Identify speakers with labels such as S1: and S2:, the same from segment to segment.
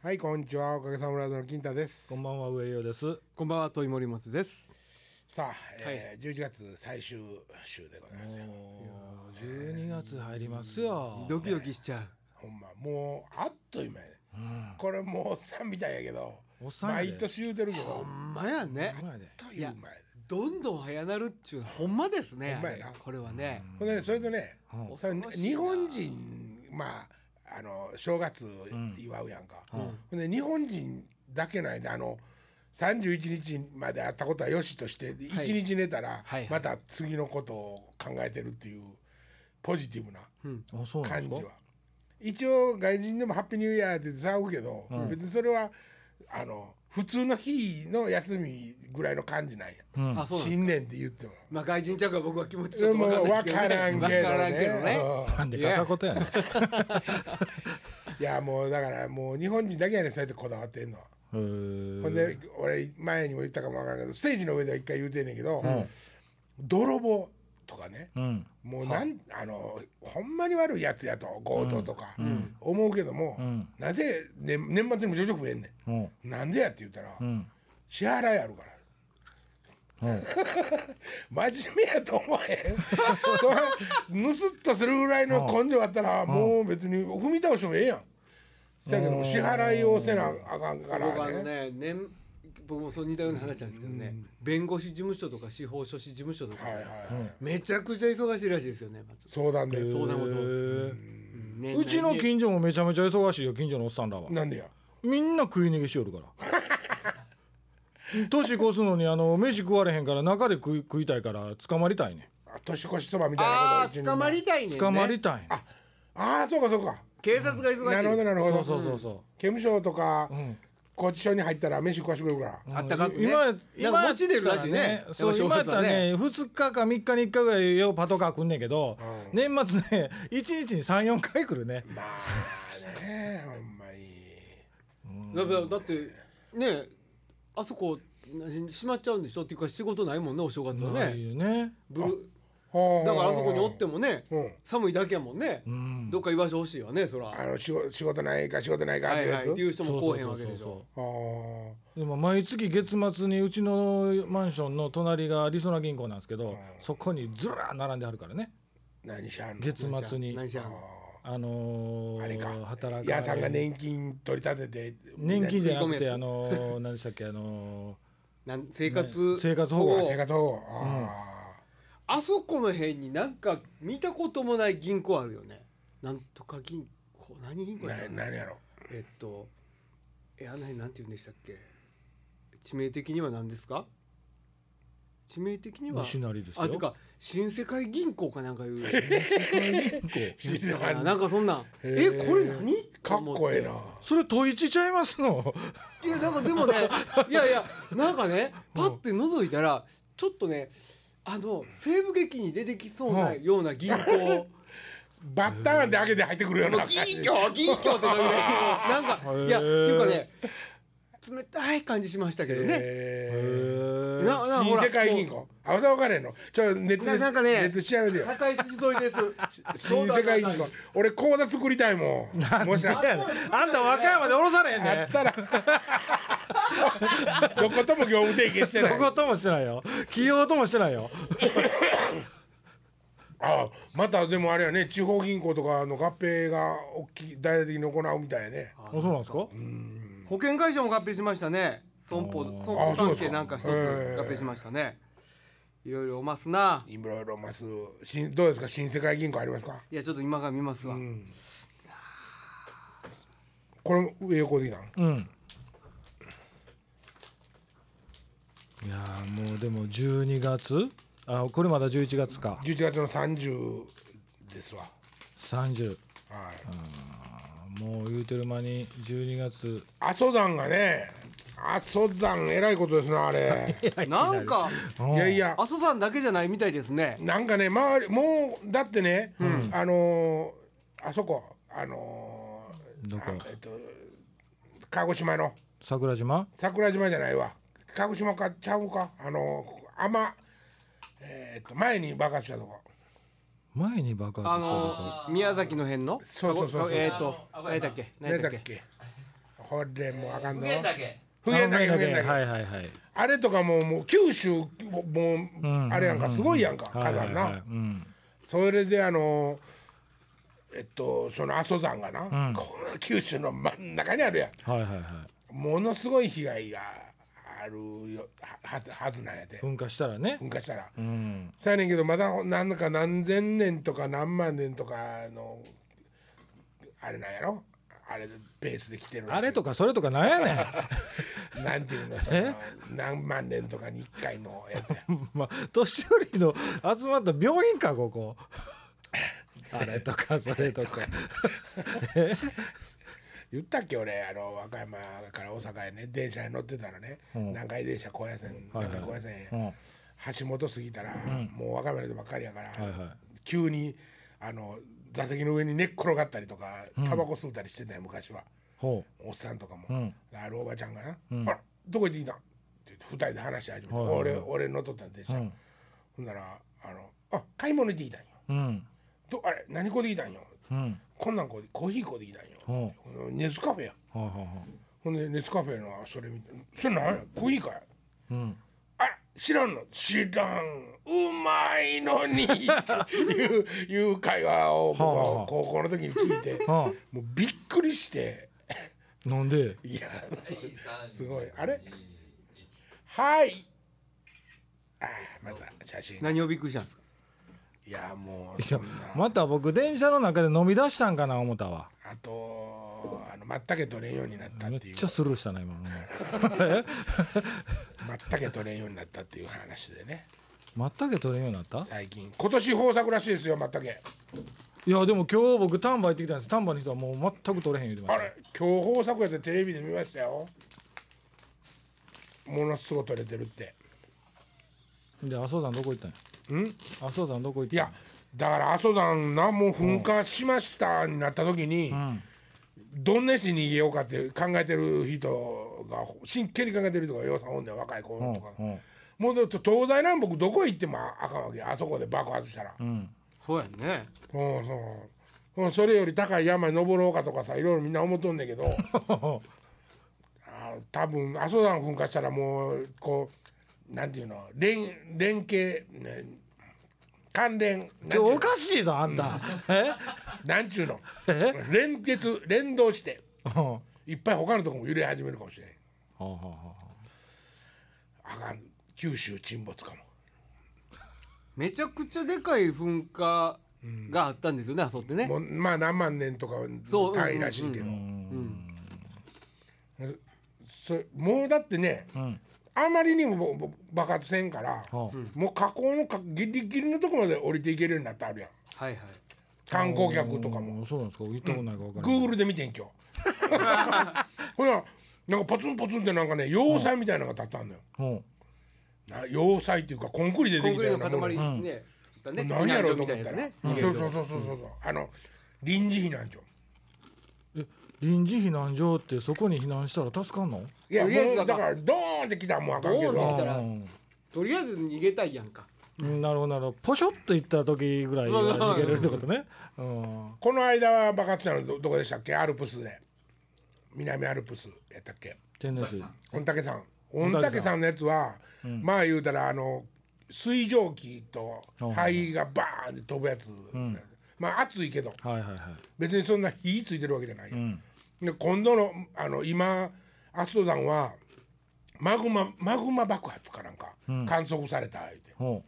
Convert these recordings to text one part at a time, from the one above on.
S1: はいこんにちはおかげさまラジオの金太です
S2: こんばんは上洋です。
S3: こんばんは、といもりもつです。
S1: さあ、えー11月最終週でございますよ
S2: 十二月入りますよ。
S3: ドキドキしちゃう。
S1: ほんまもうあっという間やね、これもうおっさんみたいやけど
S2: おっさんやで
S1: 毎年言うてるけどほん
S3: ほんまやね。
S2: 前で
S1: という前で
S3: どんどん早なるっちゅう、ほんまですね。
S1: ほんまやな
S3: これはね。
S1: ほんでねそれとね、
S3: ん
S1: それ
S3: 恐ろしいな
S1: 日本人まああの正月祝うやんか、ほんで日本人だけないであの31日まで会ったことはよしとして
S3: はい
S1: 1日寝たら
S3: はい
S1: また次のことを考えてるっていうポジティブな
S2: あそうなん
S1: 感
S2: で
S1: じ
S2: す
S1: は一応外人でも「ハッピーニューイヤー」って騒ぐけど、別にそれはあの普通の日の休みぐらいの感じなんや、
S3: あ、そうなんです。
S1: 新年って言っても。
S3: まあ、外人ちゃうから僕は気持ちちょっとわかんないで
S1: もうわか
S3: すけど、ね。わ
S1: ら
S3: から
S1: ん
S3: ん
S1: け
S3: け
S1: ど
S3: ど
S1: ね
S3: ね。
S2: か。なんで片言やねん。
S1: いやもうだからもう日本人だけやねんそうやってこだわってんのは。
S2: へ ー
S1: ほんで俺前にも言ったかもわからんけどステージの上では一回言うてんねんけど、泥棒とかね
S2: うん。
S1: もうなん、あのほんまに悪いやつやと強盗とか思うけども、
S2: ん
S1: なぜ、ね、年末にも徐々に増えんね
S2: うん。
S1: ん。なんでやって言ったら、
S2: うん。
S1: 支払いあるから。
S2: うん。
S1: 真面目やと思えへん それ盗っとするぐらいの根性あったらもう別に踏み倒してもええやんせやけども支払いをせなあかんか
S3: 僕あの
S1: らね
S3: ね、年、僕もそう似たような話なんですけどね。弁護士事務所とか司法書士事務所とか
S1: はい
S3: ね、
S1: はいはい
S3: めちゃくちゃ忙しいらしいですよね。まず
S1: 相談で
S3: 相
S2: へ
S3: 談事。
S2: ー
S3: 年内
S2: う
S3: に
S2: ちの近所もめちゃめちゃ忙しいよ近所のおっさんらは。
S1: なんでや
S2: みんな食い逃げし よるから。年越すのにあの飯食われへんから中で食い食いたいから捕まりたいね
S1: あ年越しそばみたいな
S3: あ
S1: こと
S3: あ、
S1: を
S3: 捕まりたいねん
S2: ん
S3: ね。
S2: 捕まりたいねん
S1: ああそうかそうか
S3: 警察が忙しい。
S1: なるほどなるほ
S2: そ
S1: ど刑
S2: うそうそうそ
S1: 務所とか
S2: う。うん。
S1: 拘置所に入ったら飯食わしてくれるから
S3: あったかくね。
S2: 今
S3: なんか持ち出るらしいね。
S2: そう
S3: やっ
S2: 今
S3: ぱ
S2: やっ
S3: 正月
S2: た
S3: は
S2: らね2日か3日に1回ぐらいようパトカー来んねんけど、年末ね1日に34回来るね
S1: まあねほんまに
S3: だだだってねあそこ何閉まっちゃうんでしょっていうか仕事ないもんねお正月は
S2: ない
S3: ね
S2: よね
S3: ブル
S1: ほ
S3: ーだからあそこにおってもね
S1: うん
S3: 寒いだけやもんね
S2: ん
S3: どっか居場所欲しいわねそら
S1: あ
S3: は
S1: の仕事仕事ないか仕事ないかって
S3: い
S1: や
S3: はい
S1: つ
S3: っていう人もこうへんわけ
S2: そう
S3: で
S2: そ
S3: し
S2: うそう
S3: ょ
S1: あー
S2: でも毎月月末にうちのマンションの隣がりそな銀行なんですけど、そこにずらー並んであるからね
S1: 何しはんの
S2: 月末に
S3: 何しやん
S2: あのー、
S1: あれか
S2: 働
S1: いやさんが
S2: れる
S1: 年金取り立てて
S2: 年金じゃな
S3: 食い
S2: く
S3: 込む
S2: て
S3: やつ
S2: あのー、何でしたっけあの
S3: なん生活
S2: ね生活保護
S1: 生活保護あ
S3: あそこの辺になんか見たこともない銀行あるよねなんとか銀行何銀
S1: ー
S3: 行だっけ
S1: な何やろ
S3: えっとえあの辺なんて言うんでしたっけ致命的には何ですか致命的に
S2: ー
S3: は
S2: 西成ですよ
S3: あてか新世界銀行かなんかいう
S2: 銀行
S1: 知
S3: だからら
S1: ん
S3: なんかそんなんえ
S1: へー
S3: これ何
S1: かっこええな
S2: それ問いちちゃいますの
S3: いやなんか でもねいやいやなんかねパッて覗いたらちょっとねあの西部劇に出てきそうな
S2: う
S3: ような銀行
S1: バッターなんて開けて入ってくるような
S3: 銀行銀行ってなるねなんか
S2: へー
S3: いやっていうかね冷たい感じしましたけどね
S1: え
S3: なな
S1: ー
S3: ほ
S1: 新
S3: ら
S1: 世界銀行あわさわかれへんのちょネットで
S3: ななんかね
S1: ネット調べてよ
S3: 境筋沿いです
S1: 新世界銀行俺口座作りたいもんもしあっ
S2: あんた和歌山で降ろされへんね
S1: たらどことも業務提携して
S2: ど
S1: ない
S2: こともしてないよ起用ともしてないよ
S1: あまたでもあれやね地方銀行とかの合併が大きい大々的に行うみたいやね
S2: あそうなんですか
S3: 保険会社も合併しましたね損保損保関係なんか一つ合併しましたねいろいろおますない
S1: ろいろます新どうですか新世界銀行ありますか
S3: いやちょっと今から見ますわ、
S1: これも上横できたの
S2: うんいやーもうでも12月あこれまだ11月か
S1: 11月の30ですわ
S2: 30
S1: はい
S2: もう言うてる間に12月
S1: 阿蘇山がね阿蘇山えらいことですなあ れ
S3: なんか
S1: いやいや
S3: 阿蘇山だけじゃないみたいですね
S1: なんかね周りもうだってね、あのーあそこあのー
S2: どこ
S1: あえっと鹿児島の
S2: 桜島
S1: 桜島じゃないわ鹿児島かちゃうかあの天えーっと前に爆発したとこ
S2: 前に爆
S3: あ
S2: 発したとこ
S3: の宮崎の辺の
S1: そうそうそうそう
S3: えっ、と何やったっけ
S1: 何
S3: 何
S1: だった
S3: やっ
S1: た
S3: っ
S1: っ
S3: け
S1: けこれもうあかん
S4: 無
S1: ぞ
S4: 限だけ
S1: 不言だけ不言だけ、
S2: はいはいはい
S1: あれとかももう九州ももうあれやんかすごいやんか火
S2: はいはい
S1: 山
S2: は
S1: な
S2: いうん
S1: それであのえっとその阿蘇山がな、
S2: うん
S1: この九州の真ん中にあるやん
S2: はいはいはい
S1: ものすごい被害があるよはははずなんやで
S2: 噴火したらね
S1: 噴火したら。
S2: うん
S1: そうやねんけどまだ何か何千年とか何万年とかのあれなんやろあれベースで来てるらし
S2: あ
S1: い
S2: れとかそれとかなんやねん
S1: なんていうのその何万年とかに1回のやつ や
S2: まあ年寄りの集まった病院かこ こあれとかそれとか
S1: 言ったっけ俺あの和歌山から大阪へね電車に乗ってたらね、
S2: うん
S1: 南海電車高野線
S2: はいはい
S1: 南海高野線
S2: うんは
S1: 橋本過ぎたら、もう若村ばっかりやから、
S2: いはい
S1: 急にあの座席の上に寝っ転がったりとかタバコ吸うたりしてたよ昔は。
S2: ほ
S1: おっさんとかも、
S2: うん
S1: あるおばちゃんがな「
S2: ん
S1: あらどこ行ってきたん?」って言って二人で話し始めて、
S2: はいはいはい
S1: 俺俺乗っとったんでし
S2: う
S1: ょ、
S2: うん
S1: ほんならあのあ「買い物行ってきたんよ
S2: うん」
S1: ど「あれ何こうできたんよ」
S2: うん
S1: 「こんなんこうでコーヒーこうできたんよ」
S2: ほうは
S1: このネスカフェやん
S2: あはあは
S1: ほんでネスカフェのそれ見て「それなんやコーヒーかい?
S2: あうん」
S1: あら知らんの知らんうまいのにっていう いう会話を僕
S2: はあは
S1: は
S2: あ
S1: 高校の時に聞いて
S2: は
S1: もうびっくりして
S2: あなんで
S1: いやす
S4: す
S1: ごいあれはい。あーまた写真。
S3: 何をびっくりしたんですか
S1: いやもう
S2: い
S1: そ
S2: や
S1: んな
S2: また僕電車の中で飲み出したんかな思ったわ
S1: あとあの全く取れんようになった
S2: め
S1: っ
S2: って
S1: いう
S2: ちゃスルーしたな今うん
S1: 全く取れんようになったっていう話でね
S2: 全く取れんようになった
S1: 最近今年豊作らしいですよ全く
S2: いやでも今日僕丹波行ってきたんです丹波の人はもう全く取れへん言うてま
S1: あ
S2: し
S1: れ今日豊作やってテレビで見ましたよものすごい取れてるって
S2: たで麻生さんどこ行ったんや
S1: ん
S2: 麻生さんどこ行った
S1: い
S2: ん
S1: やだから阿蘇山なもう噴火しましたになった時に、
S2: ん
S1: どんな市に逃げようかって考えてる人が真剣に考えてる人がよさおんねん若い子
S2: うん
S1: とか、
S2: うん
S1: もうだって東西南北どこ行ってもあかんわけあそこで爆発したら、う
S2: うん
S3: そうやね
S1: ん、そううんそれより高い山に登ろうかとかさいろいろみんな思っとんねんけどあ多分阿蘇山噴火したらもうこうなんていうの連連携、ね、関連なんちゅうの
S2: おかしいぞあんた、え
S1: なんちゅうの連結連動して
S2: うんは
S1: いっぱい他のとこも揺れ始めるかもしれない
S2: あはあはあ
S1: あかん九州沈没かも
S3: めちゃくちゃでかい噴火があったんですよねあそこってね
S1: もうまあ何万年とか
S3: そう
S1: 単位らしいけど
S3: うん
S1: そもうだってね
S2: うん
S1: あまりにもぼぼ爆発せんから
S2: はあ
S1: もう河口のかギリギリのとこまで降りていけるようになってあるやん
S3: はいはい
S1: 観光客とかも
S2: うんそうなんですか行ったことないから分からない、
S1: Google で見てん今 日ほらなんかポツンポツンってなんかね要塞みたいなのが立ったんだよ
S2: うん
S1: な要塞っていうかコンクリで
S3: コ
S1: で
S3: ン
S1: き
S3: ク
S1: た
S3: リ
S1: よう
S3: ー
S1: な
S3: ト
S1: も
S3: の
S1: の
S3: 塊
S2: ん
S3: ね作ったね
S1: 何やろうと思っ
S3: 避
S1: た
S3: 難所
S1: ら
S3: みいな
S1: そう
S3: ね
S1: そうそうそうそうあの臨時避難所
S2: え臨時避難所ってそこに避難したら助かんの
S1: いや
S3: とりあえず
S1: もうだ
S3: だ
S1: か
S3: から
S1: ドーンってきたらもうあかんけ
S3: ドーンっ
S1: ど
S3: て来たら
S2: うん
S3: とりあえず逃げたいやんか
S2: うんなるほどなるほどポショッと行った時ぐらいは逃げれるってことね、うん、
S1: この間は爆発したのどどこでしたっけアルプスで南アルプスやったっけ
S2: 天然水
S1: 御嶽山御嶽山のやつは、まあ言うたらあの水蒸気と灰がバーンって飛ぶやつ、まあ暑いけど
S2: はいはいはい
S1: 別にそんな火ついてるわけじゃないよ、
S2: ん
S1: で今度のあの今アスト山はマグママグマ爆発かなんか観測された言うて、
S2: ほ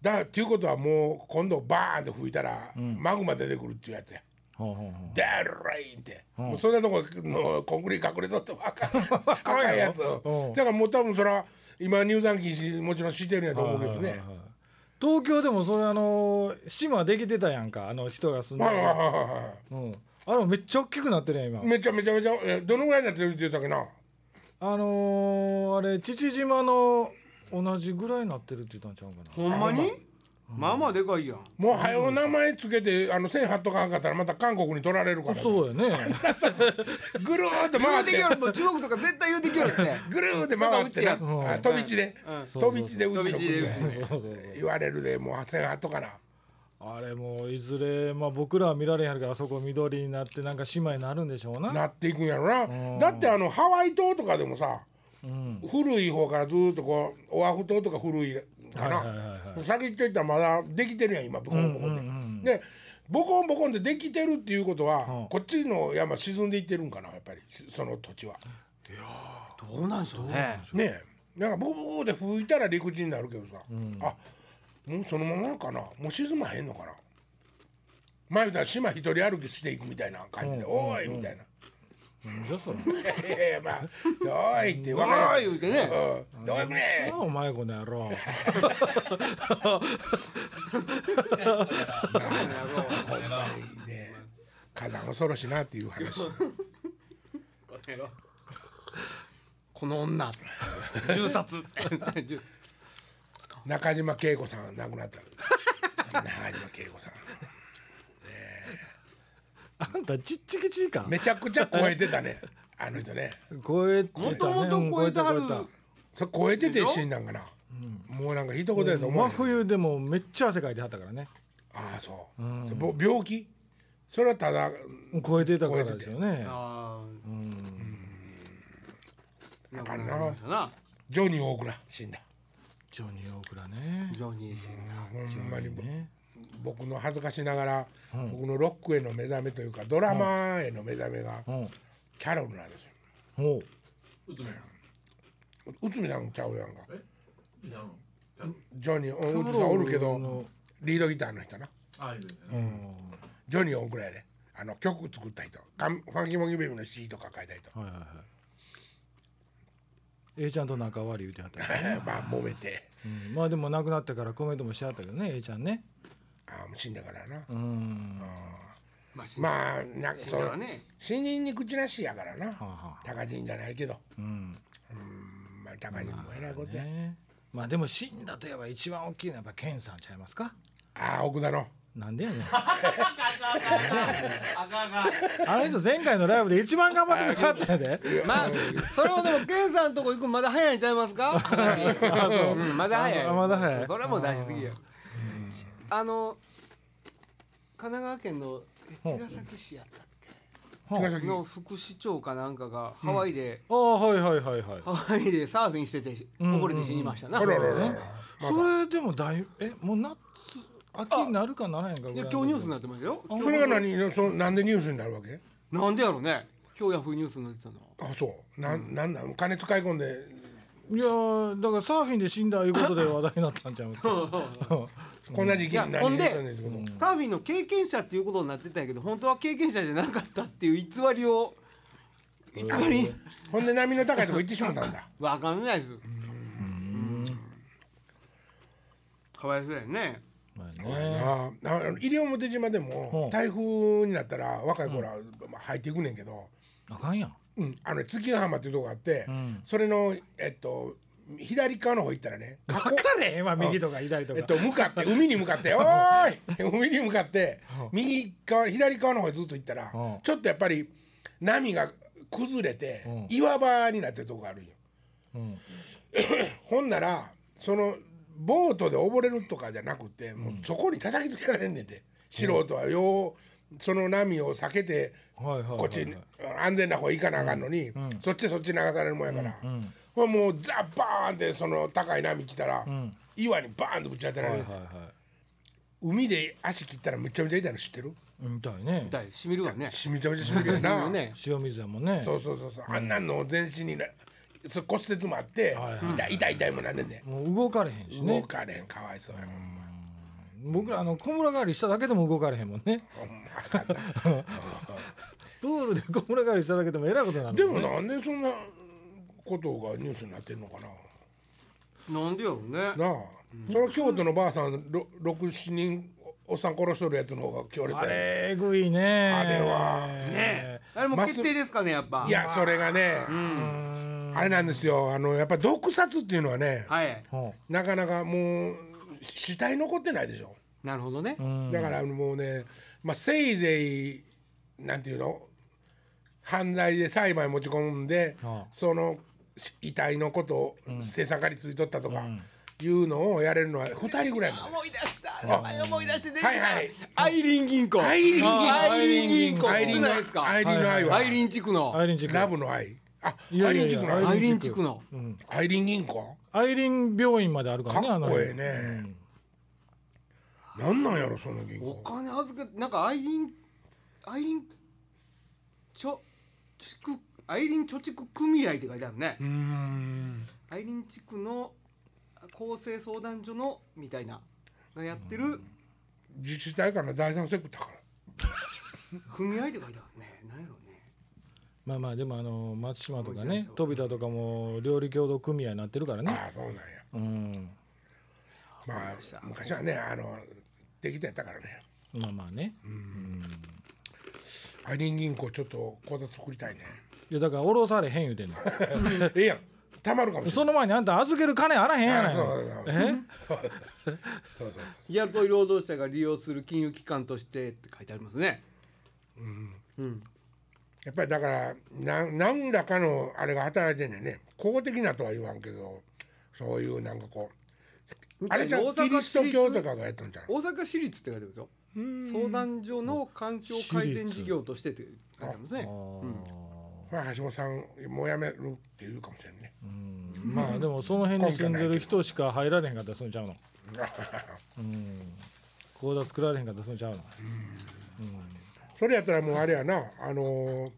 S1: だっていうことはもう今度バーンって吹いたら、マグマ出てくるっていうやつや。
S2: うほうほうほ
S1: でるいって、もうそんなとこのコンクリ隠れとってもあかん あかんやつ
S2: うん
S1: だからもう多分そら今入山禁止もちろんしてるんやと思うけど
S2: うはい
S1: ね
S2: はいはい東京でもそれあの島できてたやんかあの人が住んで
S1: はいはいはい
S2: る、
S1: は
S2: うん、あれもめっちゃ大きくなってるやん今
S1: いめちゃめちゃめちゃえどのぐらいになってるって言ったっけな
S2: あのー、あれ父島の同じぐらいになってるって言ったんちゃうかな
S3: ほんまにまあまあでかいやん
S1: もう早う名前つけてあの線張っとかなかったらまた韓国に取られるから
S2: そうやね
S1: ぐるーっと回
S3: 言
S1: っ
S3: うてき
S1: て
S3: よるもう中国とか絶対言うてきよるって
S1: ぐるーって回ってな
S3: そ
S2: ちや
S1: あ飛び地で
S3: うん
S1: 飛び地でうちの
S3: 飛び地で
S1: 国
S3: うちの
S1: 言われるでもう線張っとかな
S2: あれもういずれ、まあ、僕らは見られへんやろけどあそこ緑になってなんか姉妹になるんでしょうな
S1: なっていくんやろなだってあのハワイ島とかでもさ
S2: うん、
S1: 古い方からずっとこうオアフ島とか古いかな、
S2: はいはいはいは
S1: 先っちょいったらまだできてるやん今ボコンボコンで、
S2: うんうんうん
S1: でボコンボコンでできてるっていうことは、
S2: うん
S1: こっちの山沈んでいってるんかなやっぱりその土地は
S3: どうなんでしょうね
S1: ねえなんかボコボコで吹いたら陸地になるけどさ、
S2: ん
S1: あもうそのままかなもう沈まへんのかな前言ったら島一人歩きしていくみたいな感じで「
S2: うん
S1: おーい!」みたいな
S2: なんじゃそれ
S1: 「いやいやまあ「おーい!」って分
S3: わ
S1: か
S3: ー
S1: る
S3: い言うてね
S1: うん「どうやくね
S2: なお前この野郎
S1: 本当にね火山恐ろしいなっていう話
S3: この女銃殺
S1: 中島恵子さん亡くなった中島恵子さん
S2: あんたちっちきちいか
S1: めちゃくちゃ超えてたねあの人ね
S2: 超えてたね
S3: もともと超えてはる
S2: うん超え
S1: それ超えてて死んだんかな、もうなんか一言やと
S2: た
S1: 思う
S2: 真冬でもめっちゃ汗かいてはったからね
S1: ああそう、ぼ病気それはただ
S2: 超えてたからですよね
S3: ああな
S1: あ
S3: ん
S1: か
S3: か
S1: ん
S3: な
S1: な
S3: りましたな
S1: ジョニー大倉死んだ
S2: ジョニー・オークラね
S3: ジョニー氏が
S1: ほんまにぼ
S2: ね
S1: 僕の恥ずかしながら、僕のロックへの目覚めというかドラマへの目覚めが
S2: うん
S1: キャロルなんですよ
S2: おう
S1: 内海さんちゃうやんか
S4: いやあの
S1: ジョニーうん内海さんおるけどリードギターの人な
S4: ああいうね
S1: ジョニー大倉やであの曲作った人カンファンキーモンキーベイビーの C とか書いた人
S2: はいはいはい A ちゃんと仲悪い言うてはったから、
S1: まあ揉めて
S2: うんまあでも亡くなってからコメントもしはったけどね A ちゃんね
S1: ああもう死んだからな、
S2: うん
S3: まあ死んだ
S1: まあなんか
S3: 死ん
S1: そ
S3: だ
S1: の
S3: らね
S1: 死人に口なしやからな
S2: はあはあ
S1: 高人じゃないけど
S2: うん
S1: うんまあ高人もえらいことや、
S2: ねまあでも死んだといえば一番大きいのはやっぱケンさんちゃいますか
S1: ああ奥田の
S2: なんでやね ん
S3: あかんあかん
S2: あの人前回のライブで一番頑張ってくれはったんやで
S3: まあ、それをでも、ケンさんとこ行くまだ早いんちゃいますか。うんまだ早い。
S2: あまだ早い
S3: それはもう大事すぎや。ちあの。神奈川県のえ茅ヶ崎市やったっ
S2: う
S1: 茅
S2: ん
S1: ヶ
S3: け。
S1: 崎
S3: の副市長かなんかがハワイで、
S2: ああはいはいはいはい
S3: ハワイでサーフィンしてて、
S2: ん
S3: 溺れて死にましたな。
S1: あらららら
S2: ねそれでもだいえもう夏秋になるかならへんかぐ
S3: で
S2: らいの
S3: 今日ニュースになってますよ。
S1: それが何そのなんでニュースになるわけ
S3: なんでやろうね。今日ヤフーニュースになってたの。
S1: あそうなんなんなん金使い込んで
S2: いやーだからサーフィンで死んだいうことで話題になったんちゃい ますか
S1: こんな時期になりそうなんですけど
S3: サーフィンの経験者っていうことになってたんやけど、本当は経験者じゃなかったっていう偽りを。偽り。
S1: ほんで波の高いとこ行ってしまった んだ
S3: わかんないです。かわいそうやね。
S2: まあ
S1: あ
S2: ね
S1: ああの西表島で
S2: う
S1: も
S2: ん
S1: 台風になったら若い頃はまあ入っていくねんけど、
S2: あかんやん
S1: うん、あの月ヶ浜っていうとこがあって、
S2: ん
S1: それのえっと左側の方行ったらね
S2: 分
S1: 河
S2: か
S1: 口
S2: れへんわ右とか左とか
S1: えっと向かって海に向かって「おーい 海に向かって右側左側の方へずっと行ったら
S2: うん
S1: ちょっとやっぱり波が崩れて
S2: うん
S1: 岩場になってるとこがあるんよ。
S2: うん
S1: ほんならそのボートで溺れるとかじゃなくてもうそこに叩きつけられんねんて素人はようその波を避けて
S2: はいはいはいはい
S1: こっちに安全な方行かなあかんのに、そっちそっち流されるもんやから、ほんでもうザバーンってその高い波来たら、
S2: ん
S1: 岩にバーンってぶち当てら
S2: は
S1: れ
S2: い
S1: る、
S2: はいは
S1: 海で足切ったらめちゃめちゃ痛いの知ってる
S2: いみたいね
S3: だい、しみるわね。
S1: しめちゃめちゃしみるよな、
S3: ね。
S2: 塩水やもん ね
S1: そうそうそうそうあんなんの全身になそ骨折もあって、
S2: はいはい
S1: 痛い痛い痛いもんなんねんで、
S2: もう動かれへんしね
S1: 動かれへんかわいそうやもん
S2: 僕らあの小村帰りしただけでも動かれへんもん ね
S1: ほんまあかんな
S2: プールで小村帰りしただけでもえらいことになる
S1: で
S2: ん
S1: も
S2: ね
S1: なんでそんなことがニュースになってんのかな。
S3: なんでやろうね。
S1: なあ、その京都のばあさんろ六七人おおっさん殺しとるやつの方が強烈
S2: あ
S1: やね
S2: れえぐいねあ
S1: れは
S3: ね。あれも決定ですかね、やっぱ。
S1: い。やそれがね、あれなんですよあのやっぱり毒殺っていうのはね、
S3: はい。
S2: ほ
S1: なかなかもう死体残ってないでしょ、
S3: なるほどね。
S2: ううん
S1: だからもうね、まあ、せいぜいなんていうの犯罪で裁判に持ち込んで、
S2: はあ
S1: そのし遺体のことを性盛りついとったとか、いうのをやれるのは二人ぐらいまで
S3: 思い出した名前思い出して出てきた、
S1: はいはい
S3: アイリン銀行
S1: アイリン銀行
S3: アイリン銀行
S1: アイリン
S3: 国
S1: の
S3: 内ですか
S1: アイリンの愛は
S3: アイリン地区の
S2: アイリン地区
S1: ラブの愛あ
S2: いや
S1: アイリ
S2: いや
S1: ン
S2: い
S1: 地
S2: や
S1: 区
S3: ア
S1: の
S3: イリン地区の
S1: アイリン銀行
S2: アイリン病院まであるからね
S1: かっこええ
S2: あの辺
S1: ねなんなんやろその銀行
S3: お金預けなんかアイリンアイリンちょ貯蓄アイリン貯蓄組合って書いてあるね
S1: うーん
S3: アイリン地区の厚生相談所のみたいながやってる
S1: 自治体から第三セクターから
S3: 組合って書いてあるね何やろうね
S2: まあまあでもあの松島とか
S3: 面白い
S2: ね
S3: ですよ
S2: 飛田とかも料理協同組合になってるからね
S1: ああそうなんや
S2: うん
S1: まあ昔はねあのできてやったからね
S2: まあまあね
S1: アイリン銀行ちょっと口座作りたいね
S2: いやだから降ろされへん言うてんの
S1: ええやんたまるかもしれ
S2: その前にあんた預ける金あらへん
S1: な
S2: やないい
S1: そう
S2: の
S1: そう
S2: え
S1: そうそうそう
S3: 雇い労働者が利用する金融機関としてって書いてありますねうん
S1: やっぱりだからな何らかのあれが働いてんねんね公的なとは言わんけどそういうなんかこうあれじゃ
S3: 大
S1: んキ
S3: 阪
S1: リス
S3: 市
S1: ト
S3: 立
S1: 教とかがやったんじゃん
S3: 大阪市立って書いてあるでしょ相談所の環境改善事業としてって書いてありますね
S1: まあ橋本さんもうやめるって言うかもしれんね
S2: まあでもその辺に住んでる人しか入られへんかったらそんちゃう の口座作られへんかったらそんちゃうの
S1: それやったらもうあれやなあのー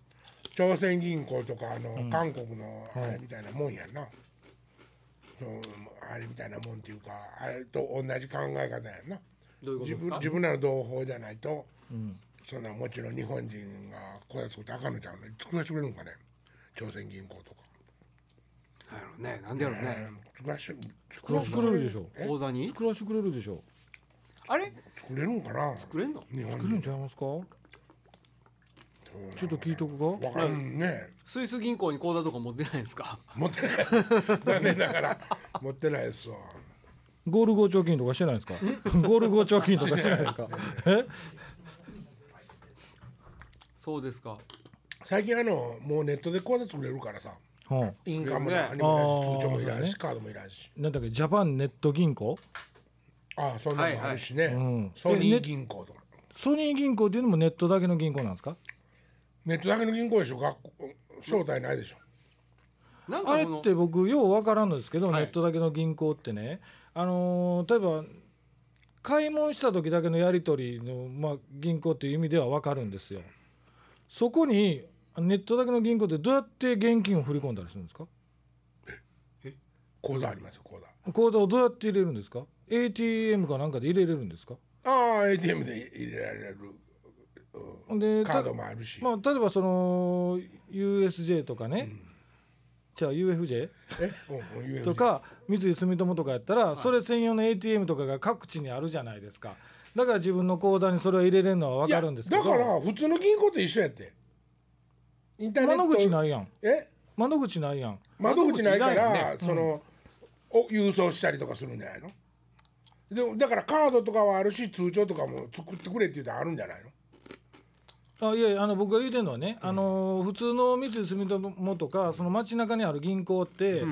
S1: 朝鮮銀行とかあの韓国のあれみたいなもんやな、そうあれみたいなもんっていうかあれと同じ考え方やな
S3: どういうこと
S1: 自
S3: です
S1: 分
S3: か
S1: 自分らの同胞じゃないと、そんなもちろん日本人がこうやってことあかんのちゃうの作らしてくれるのかね朝鮮銀行とか、
S3: なんやろうねなんでやろうね
S1: 作らして作
S2: 作らせてくれるでしょ
S3: 口座に
S2: 作らせてくれるでしょ
S3: あれ
S1: 作れるんかな
S3: くれんの
S1: 日本
S2: 作るん
S1: 人
S2: ちゃいますかちょっと聞いとくか
S1: わからんね
S3: スイス銀行に口座とか持ってないんですか
S1: 持ってない残念ながら持ってないですわ
S2: ゴール後貯金とかしてないですか ゴール後貯金とかしてないで すかえ
S3: そうですか
S1: 最近あのもうネットで口座作れるからさ
S2: うん
S1: 印鑑も
S3: ね
S1: 何もないし
S2: あー
S1: 通帳もいら
S2: そう
S1: ん
S2: ね
S1: しカードもいらんし
S2: なんだっけジャパンネット銀行
S1: ああそんなのもあるしね、
S2: いはいうん
S1: ソニー銀行とか
S2: ソニー銀行っていうのもネットだけの銀行なんですか
S1: ネットだけの銀行でしょ学校招待ないでしょ
S3: なん
S2: あ
S3: か
S2: れっ
S3: この
S2: て僕ようわからんのですけど、
S3: はい
S2: ネットだけの銀行ってね、あのー例えば買い物した時だけのやり取りの、まあ、銀行っていう意味ではわかるんですよそこにネットだけの銀行ってどうやって現金を振り込んだりするんですか
S1: 口座ありますよ口座
S2: 口座をどうやって入れるんですか ATM かなんかで入れれるんですか
S1: ああ ATM で入れられる
S2: で
S1: カー
S2: た
S1: ドもあるし、
S2: まあ、例えばその USJ とかね、じゃあ UFJ
S1: えうんうん、
S2: とか三井住友とかやったらそれ専用の ATM とかが各地にあるじゃないですかだから自分の口座にそれを入れれるのは分かるんですけど
S1: いやだから普通の銀行と一緒やってインターネット
S2: 窓口ないやん
S1: え
S2: 窓口ないやん
S1: 窓口ないか
S3: 窓
S1: ら
S3: 口ないよね
S1: その、を郵送したりとかするんじゃないのでもだからカードとかはあるし通帳とかも作ってくれって言うたらあるんじゃないの
S2: あいやいやあの僕が言うてるのはね、あの普通の三井住友とかその街中にある銀行って、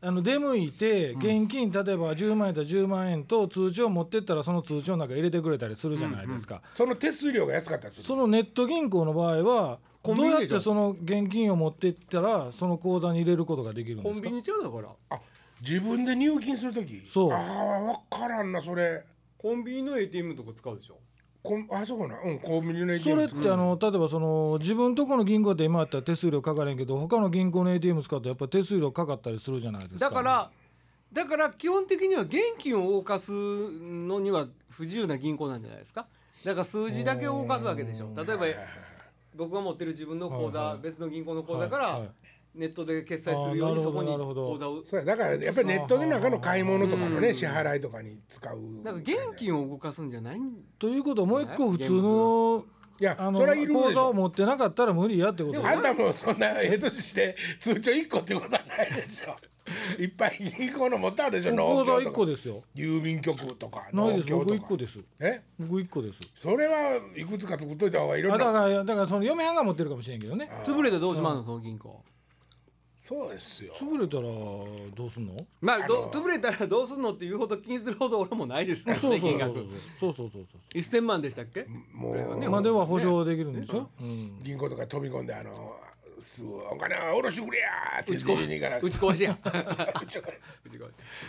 S2: あの出向いて現金例えば10万円と10万円と通帳を持ってったらその通帳の中入れてくれたりするじゃないですか、
S1: その手数料が安かったりする
S2: そのネット銀行の場合は
S3: コ
S2: ど
S3: ン
S2: う
S3: ビニでし
S2: やっ
S3: ょ
S2: てその現金を持っていったらその口座に入れることができるん
S3: コ
S2: で
S3: ン
S2: すか
S3: ビニちゃうだから
S1: あ自分で入金する時
S2: そう
S1: ああ分からんなそれ
S3: コンビニの ATM とか使うでしょ
S1: こんあそうなうんコンビニの ATM
S2: それってあの例えばその自分とこの銀行って今やったら手数料かからへんけど他の銀行の ATM 使うとやっぱ手数料かかったりするじゃないですか
S3: だからだから基本的には現金を動かすのには不自由な銀行なんじゃないですかだから数字だけ動かすわけでしょ例えば僕が持ってる自分の口座、
S2: はいはい
S3: 別の銀行の口座か
S2: はい
S3: ら
S2: はい
S3: ネットで決済するよう
S2: あーな
S3: にそ
S2: る
S3: こ
S2: ほど
S3: に
S2: なるほど
S3: 口座を
S1: そうやだからやっぱりネットの中の買い物とかのね支払いとかに使う
S3: だから現金を動かすんじゃない
S2: ということはもう一個普通
S1: いや
S2: のあ
S1: それはいるでし
S2: の
S1: ょ
S2: 口座を持ってなかったら無理やってこと
S1: あんたもそんなええ年して通帳1個ってことはないでしょいっぱい銀行の持ってあるでしょ
S2: 口
S1: 農
S2: 座
S1: 協
S2: 一
S1: と
S2: 個
S1: か
S2: ですよ
S1: 郵便局とか
S2: ないで
S1: 農
S2: す
S1: 協
S2: 僕
S1: と
S2: 一個
S1: か
S2: です
S1: え
S2: 僕一個です
S1: それはいくつか作っといた方がいろ
S2: あ
S1: い
S2: だ
S1: ろ
S2: からだからその嫁はんが持ってるかもしれんけどね
S3: 潰れたらどうしまうのその銀行
S1: そうですよ
S2: 潰れたらどうすんの
S3: まあど潰れたらどうすんのっていうほど気にするほど俺もないですから
S2: そう
S3: ね
S2: そう
S3: 金
S2: そう
S3: 額
S2: そうそうそうそ
S3: 1000万でしたっけ
S1: も
S2: う
S1: う
S2: まあでは保証できるんでしょ、うん、
S1: 銀行とか飛び込んであのすぐお金は下ろしてくれやーって言ってに行 から
S3: 打ち壊しや
S1: うちこ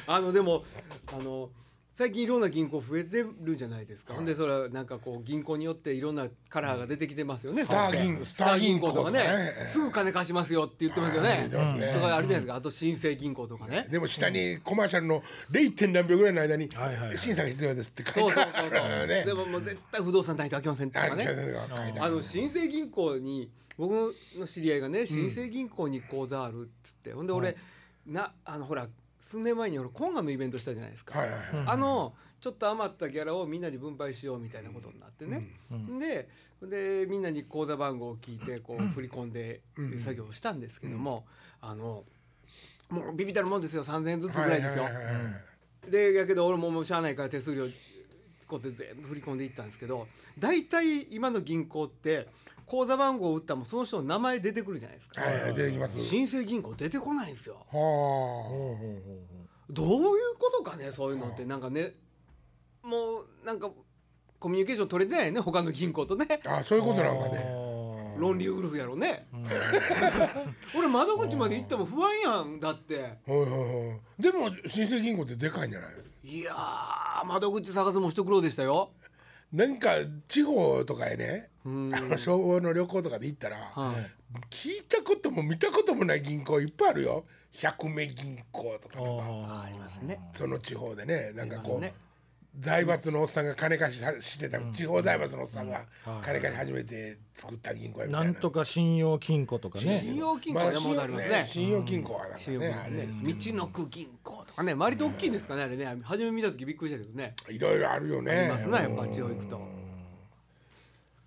S3: あのでもあの最近いろんな銀行増えてるじゃないですか、ほんでそれはなんかこう銀行によっていろんなカラーが出てきてますよね、
S1: スター銀ス
S3: ス
S1: タ
S3: タ
S1: ー
S3: ー
S1: 銀
S3: 銀
S1: 行
S3: 行
S1: と
S3: と
S1: か
S3: か
S1: ね
S3: ねすぐ金貸しますよって言ってますよね,、
S1: 言ってますね
S3: とかあるじゃないですかあと新生銀行とかね、
S1: でも下にコマーシャルの 0. 点何秒ぐらいの間に
S2: はいはいはい
S1: 審査が必要ですって書
S3: そ
S1: いうて
S3: そう
S1: あ
S3: そう
S1: る
S3: そう、
S1: ね
S3: でももう絶対不動産ないと開きませんと
S1: あ
S3: か
S1: 書い
S3: ね
S1: てある書いてあ
S3: あ
S1: る
S3: の新生銀行に僕の知り合いがね新生銀行に口座あるっつって、ほんで俺、なあのほら数年前に俺コンガのイベントしたじゃないですか、
S1: はいはいはい
S3: あのちょっと余ったギャラをみんなに分配しようみたいなことになってね、ででみんなに口座番号を聞いてこう振り込んで作業をしたんですけども、あのもうビビたるもんですよ3,000円ずつぐらいですよ。
S1: はいはいはいはい
S3: でやけど俺ももうしゃあないから手数料使って全部振り込んでいったんですけど大体今の銀行って口座番号を打ったらもうその人の名前出てくるじゃないですか
S1: はいはい出てきます
S3: 新生銀行出てこないんですよ
S1: は
S2: ほうほうほ
S3: どういうことかねそういうのってなんかねもうなんかコミュニケーション取れてないよね他の銀行とね
S1: ああそういうことなんか
S2: う
S1: ね
S2: ほう
S3: 論理ウルフやろね 俺窓口まで行っても不安やんだって
S1: はいはいはいでも新生銀行ってでかいんじゃない
S3: いやー窓口探すのも一苦労でしたよ
S1: なんか地方とかへねあ
S3: ん
S1: の昭和の旅行とかで行ったら、
S3: はい
S1: 聞いたことも見たこともない銀行いっぱいあるよ百目銀行とかなんか
S2: あ
S3: ありますね
S1: その地方でねなんか
S3: ありま
S1: こ
S3: す
S1: う、
S3: ね
S1: 財閥のおっさんが金貸しさしてた、地方財閥のおっさんが
S2: はい
S1: 金貸し始めて作った銀行や
S2: ー
S1: みた
S2: ない
S1: なん
S2: とか信用金庫とかね
S3: 信用金庫は山ほどありますね,、
S1: まあ信用金庫はなんか
S3: 信用
S1: ね
S3: 金
S1: あ
S3: 庫
S1: れ
S3: ね道のく銀行とかね割と大きいんですかねあれね初め見た時びっくりしたけどね
S1: いろいろあるよね
S3: ありますなやっぱ地方行くと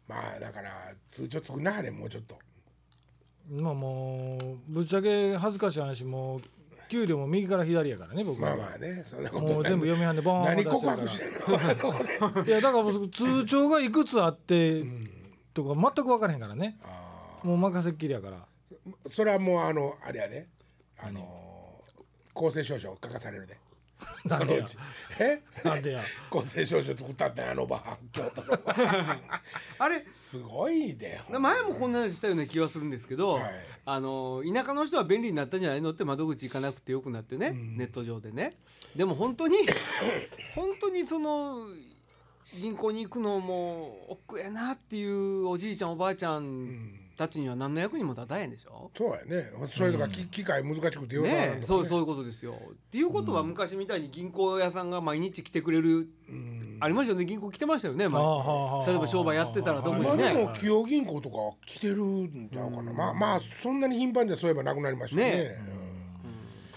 S1: まあだから通帳作んなはれもうちょっと
S2: まあもうぶっちゃけ恥ずかしい話もう給料も右から左やからね僕
S1: ま
S2: は、
S1: あまあねそんなことない
S2: もう全部嫁はんでボーン
S1: 何告
S2: 渡
S1: 白
S2: し
S1: してて んのそこで
S2: るからいやだから僕通帳がいくつあってとか全く分からへんからねもう任せっきりやから
S1: それはもうあのあれやねあの公正証書書かされるで
S2: なんで や
S1: そのうちえ
S2: な んでや
S1: 公正証書作ったってあのバー京都のバー
S3: あれ
S1: すごいでほんま
S3: 前もこんな話したような気はするんですけど、
S1: はい
S3: あの田舎の人は便利になったんじゃないのって窓口行かなくてよくなってね、ネット上でねでも本当に本当にその銀行に行くのも億劫やなっていうおじいちゃんおばあちゃんたちには何の役にも立たへんでしょ、
S1: そうやねそれとかき機械難しくてよさ
S3: ね
S1: なん
S3: え
S1: とか
S3: そうそういうことですよ。っていうことは昔みたいに銀行屋さんが毎日来てくれる、ありましたよね銀行来てましたよね、前
S2: ああはあはあ
S3: 例えば商売やってたらどこ
S1: まあ
S3: に
S1: で
S3: ね
S1: も。企業銀行とか来てるんちゃうかな、まあまあそんなに頻繁じゃそういえばなくなりましたね
S3: ね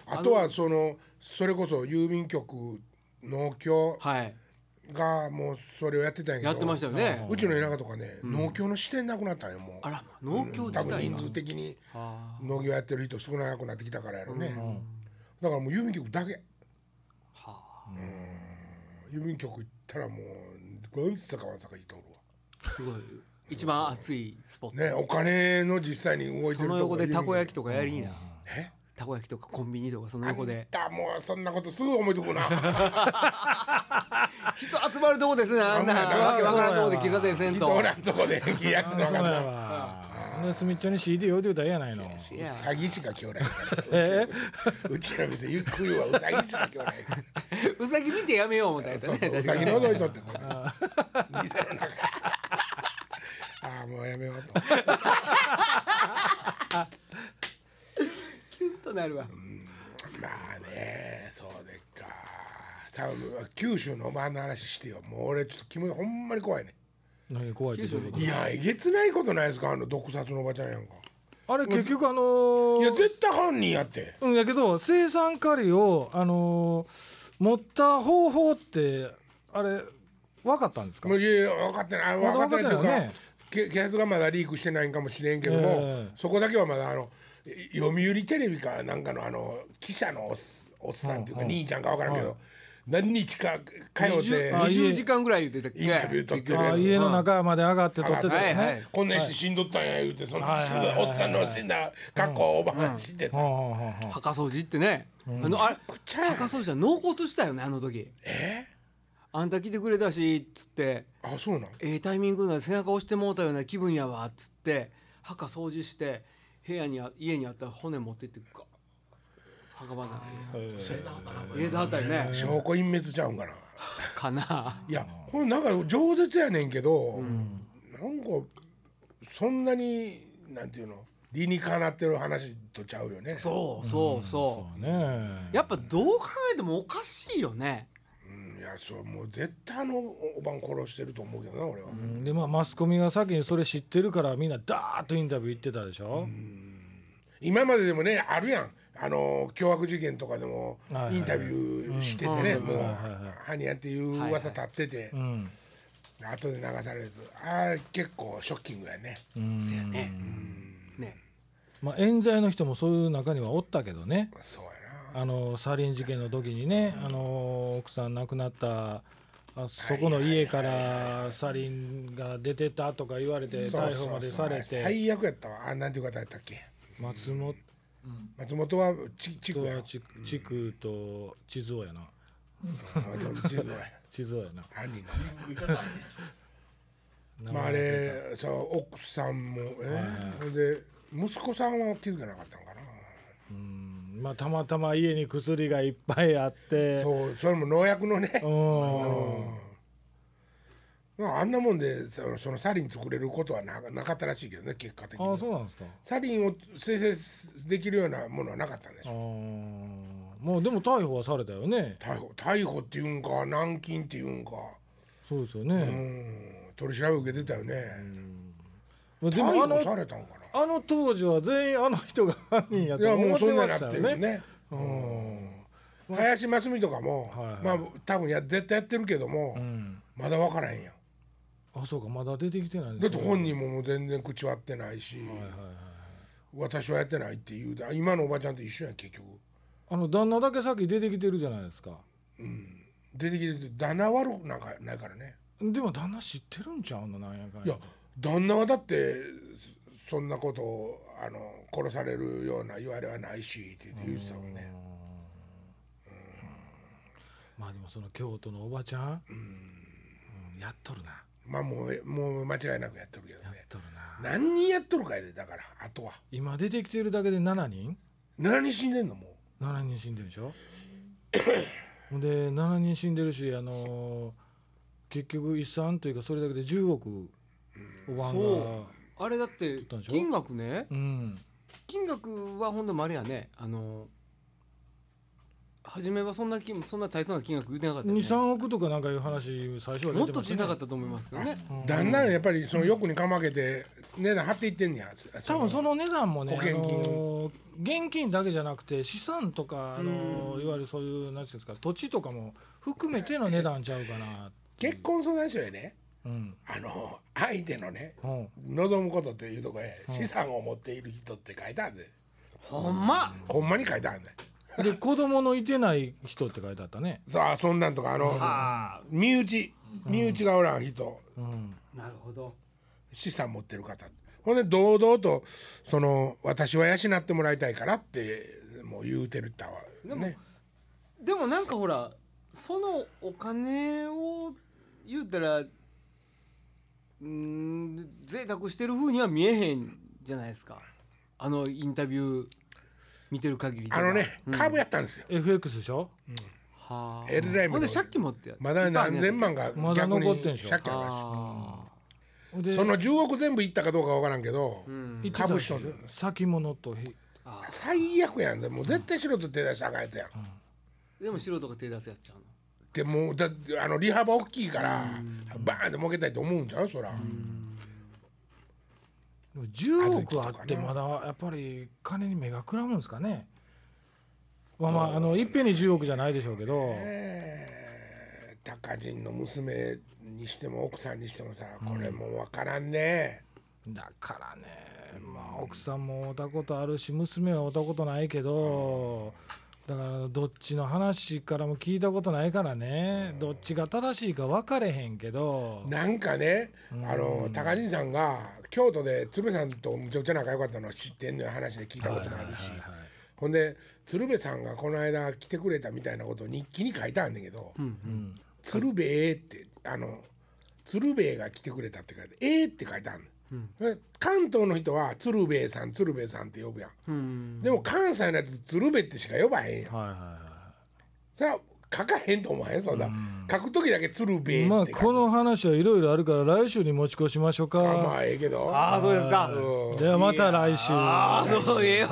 S1: うんあとはそのそれこそ郵便局農協
S3: はい
S1: がもうそれをやってたんやけど
S3: やってましたよね。
S1: うちの田舎とかね、農協の支店なくなったんよもう
S3: あら農協
S1: 多
S3: 自
S1: 分
S3: 体
S1: 人
S3: が
S1: 数的に
S3: あ
S1: 農業やってる人少なくなってきたからやろね、だからもう郵便局だけ
S3: ーは
S1: 郵便局行ったらもうわんさかわんさか行っとるわ
S3: あすごい一番熱いスポット。
S1: ねお金の実際に動いて
S3: そ
S1: る
S3: の
S1: とこ
S3: 横
S1: が
S3: で
S1: 郵便
S3: た
S1: 局
S3: こ焼きとかやりいな。
S1: え
S3: たこ焼きとかコンビニとかその
S1: あ
S3: 横
S1: ん
S3: で。
S1: たもうそんなことすぐ思いつく な
S3: 人集まるとこですね。あんな
S1: あんな
S3: わけわからんとこで喫茶店せん
S1: 人
S3: と。
S1: おらんとこで契約と
S2: そう
S1: 分かん
S2: や
S1: な
S2: わねすみっちょに CD 用で歌えやないの
S3: い
S1: い
S3: や
S1: 詐欺しか今日ないうちの店ゆっくりはうさぎしか今日ない
S3: うさぎ見てやめよう思ったよね。
S1: そうそうう
S3: 確
S1: さ
S3: か
S1: ぎ
S3: に
S1: 覗いとってこう やって店の中ああもうやめようと
S3: キュンとなるわ。
S1: まあねそうでっかさあ九州のおばあの話してよもう俺ちょっと気持ちほんまに怖いね
S2: 何が怖いってどういうこと
S1: いやえげつないことないですかあの毒殺のおばちゃんやんか
S2: あれ結局あの
S1: いや
S2: ー
S1: 絶対犯人やって
S2: うんやけど生産カリをあのー持った方法ってあれ分かったんですか
S1: もういやいや分かってない分かってないという
S2: まだ分
S1: か、
S2: かってないよね
S1: け警察がまだリークしてないんかもしれんけども、
S2: ええ
S1: そこだけはまだあのえ読売テレビかなんかのあの記者のおっおっさんっていうか、兄ちゃんか分からんけど、何日か通
S3: 二
S1: っ
S3: 十
S1: て
S2: あ
S3: 20時間ぐらい言うてたっ
S1: インタビュー撮ってるやつ
S2: あ家の中まで上がって撮ってたよ
S3: はいはい
S2: ね。
S1: こんなんして死んどったんや言うてその死ん
S2: はいはい
S1: だ
S2: はい
S1: おっさんの死んだ過去をお話ししてた
S2: はあはあはあはあ
S3: 墓掃除ってね、あのあれ墓掃除は納骨したよねあの時
S1: え
S3: あんた来てくれたしっつって
S1: あそうなん
S3: ええタイミングな背中押してもうたような気分やわっつって墓掃除して部屋にあ家にあった骨持ってってガッ墓場な家であったよね
S1: 証拠隠滅ちゃうんかな
S3: かない
S1: やこれなんか饒舌やねんけど、なんかそんなになんていうの理にかなってる話とちゃうよね
S3: そうそうそ
S2: ねえ
S3: うやっぱどう考えてもおかしいよね
S1: うんいやそうもう絶対あのおおばん殺してると思うけどな俺は、
S2: でまあマスコミが先にそれ知ってるからみんなダーッとインタビュー行ってたでしょ、
S1: 今まででもねあるやんあの凶悪事件とかでも
S2: はいはい
S1: インタビューしててね、
S3: うん
S1: もう、
S2: はいはいはい
S1: ハニヤっていう噂立ってて、
S2: うん
S1: 後で流されるやつあれ結構ショッキングやね
S2: うん
S3: せやねね
S2: まあ、冤罪の人もそういう中にはおったけどね
S1: そうやな
S2: あのサリン事件の時にねあの奥さん亡くなったあそこの家からサリンが出てたとか言われて
S1: そう
S2: 逮
S1: そうそ
S2: 捕
S1: う
S2: までされて
S1: 最悪やったわあなんていう方やったっけ
S2: 松本
S1: 松本はち地区や
S2: は
S1: ろ
S2: 地地区と地蔵やな
S1: 松本地区や
S2: 地蔵やな
S1: 犯人のねまああれさ奥さんもえそれで息子さんは気づかなかったのかな
S2: うんまあたまたま家に薬がいっぱいあって
S1: そうそれも農薬のね
S2: うん
S1: まああんなもんでそのそのサリン作れることはななかったらしいけどね結果的
S2: ああ
S1: に
S2: そうなんですか
S1: サリンを生成できるようなものはなかったんでし
S2: あ
S1: ょ
S2: ーまあでも逮捕はされたよね
S1: 逮捕逮捕っていうんか軟禁っていうんか
S2: そうですよ
S1: う
S2: ね、
S1: ん取り調べ受けてたよね
S2: まあでもあ
S1: 逮捕
S2: の
S1: されたんかな
S2: あの当時は全員あの人が犯人や
S1: い
S2: と
S1: やも
S2: 思
S1: う
S2: っ
S1: そ
S2: て
S1: んな
S2: ま
S1: になっ
S2: してた
S1: る
S2: よ
S1: よ
S2: ね
S1: ね。うん林真澄とかも、
S2: はいはい
S1: まあ多分や絶対やってるけども、
S2: うん
S1: まだ分からへんやん
S2: あそうかまだ出てきてないん
S1: だ
S2: で
S1: っ
S2: す
S1: て
S2: ね
S1: 本人ももう全然口割ってないし、私はやってないって言うて今のおばちゃんと一緒やん結局
S2: あの旦那だけ先出てきてるじゃないですか
S1: 出てきてて旦那悪くなんかないからね
S2: でも旦那知ってるんちゃうのなんやかん
S1: いや旦那はだってそんなことをあの殺されるような言われはないしって言ってたもんね
S2: まあでもその京都のおばちゃん、うんやっとるな
S1: まあもうもう間違いなくやってるけど
S2: やっ
S1: ね
S2: とるな
S1: 何人やっとるかいでだからあとは
S2: 今出てきてるだけで7人
S1: 何人死んでんのもう
S2: 7人死んでるでしょほんで7人死んでるしあのー結局遺産というかそれだけで10億おばんが
S3: そあれだって
S2: ったんでしょ
S3: 金額ね
S2: うん
S3: 金額はほんでもあれやねあの初めはそんな金そんな大層な金額言ってなかったよね
S2: 23億とかなんかいう話最初は出てましたね
S3: もっと小さかったと思いますけどね
S1: 旦那はやっぱりその欲にかまけて値段張っていってんねや
S2: 多分その値段もね、
S1: 保険金
S2: あのー現金だけじゃなくて資産とか、あのーいわゆるそういう何ていうんですか土地とかも含めての値段ちゃうかな、
S1: 結婚相談所へね
S2: うん
S1: あの相手のね
S2: うん、
S1: 望むことっていうとこへ資産を持っている人って書いてあるで
S3: ほんま
S1: ほんまに書いてあるね
S2: で子供のいてない人って書いてあったね、
S1: さあそんなんとかあの身内身内がおらん人
S2: うん、
S3: なるほど
S1: 資産持ってる方ほんで堂々とその私は養ってもらいたいからってもう言うてるったわね
S3: でもなんかほらそのお金を言うたらうーん贅沢してる風には見えへんじゃないですかあのインタビュー見てる限りでは
S1: あのね株やったんですよ
S2: FX でしょ
S3: はあ
S1: えらい
S3: ほ
S1: 目
S3: ん
S1: で
S3: で借金持ってや
S1: まだ何千万か
S2: まだ
S1: 逆に
S2: 残って
S1: 借
S2: んでしょ
S1: 金あるらしい
S3: あ
S2: で
S1: その10億全部いったかどうかわからんけど、
S2: 言ってた
S1: 株しとる
S2: 先物とへ
S1: 最悪やんもう絶対素人手出したらあかんやつやん、
S3: ーでも素人が手出すやっちゃうの
S1: でもうだってあの利幅大きいから、バーンって儲けたいと思うんちゃうそら、
S2: でも10億あ
S1: 小豆と
S2: っ
S1: か
S2: て
S1: ね
S2: まだやっぱり金に目がくらむんですかねまあまああのいっぺんに10億じゃないでしょうけど、
S1: えー、高人の娘にしても奥さんにしてもさこれもう分からんね、
S2: だからね、まあ、奥さんもおたことあるし娘はおたことないけど、だからどっちの話からも聞いたことないからね、どっちが正しいか分かれへんけど
S1: なんかね、あの高人さんが京都で鶴瓶さんとむちゃくちゃ仲良かったのは知ってんのよ話で聞いたこともあるし、ほんで鶴瓶さんがこの間来てくれたみたいなことを日記に書いてあんねんけど「鶴瓶ええってあの鶴瓶が来てくれたって書いて「ええって書いてあるの、で関東の人は鶴瓶さん鶴瓶さんって呼ぶやん、
S3: うん
S1: でも関西のやつ鶴瓶ってしか呼ばへんやん
S2: はいは
S1: それは書かへんと思わへんそんな、書く時だけ鶴瓶って
S2: いは
S1: 書
S2: い
S1: く
S2: まあこの話はいろいろあるから来週に持ち越しましょう
S1: あま
S2: か
S1: あええけど
S3: ああそうですか
S1: うん
S2: ではまた来週
S3: ああそうええよ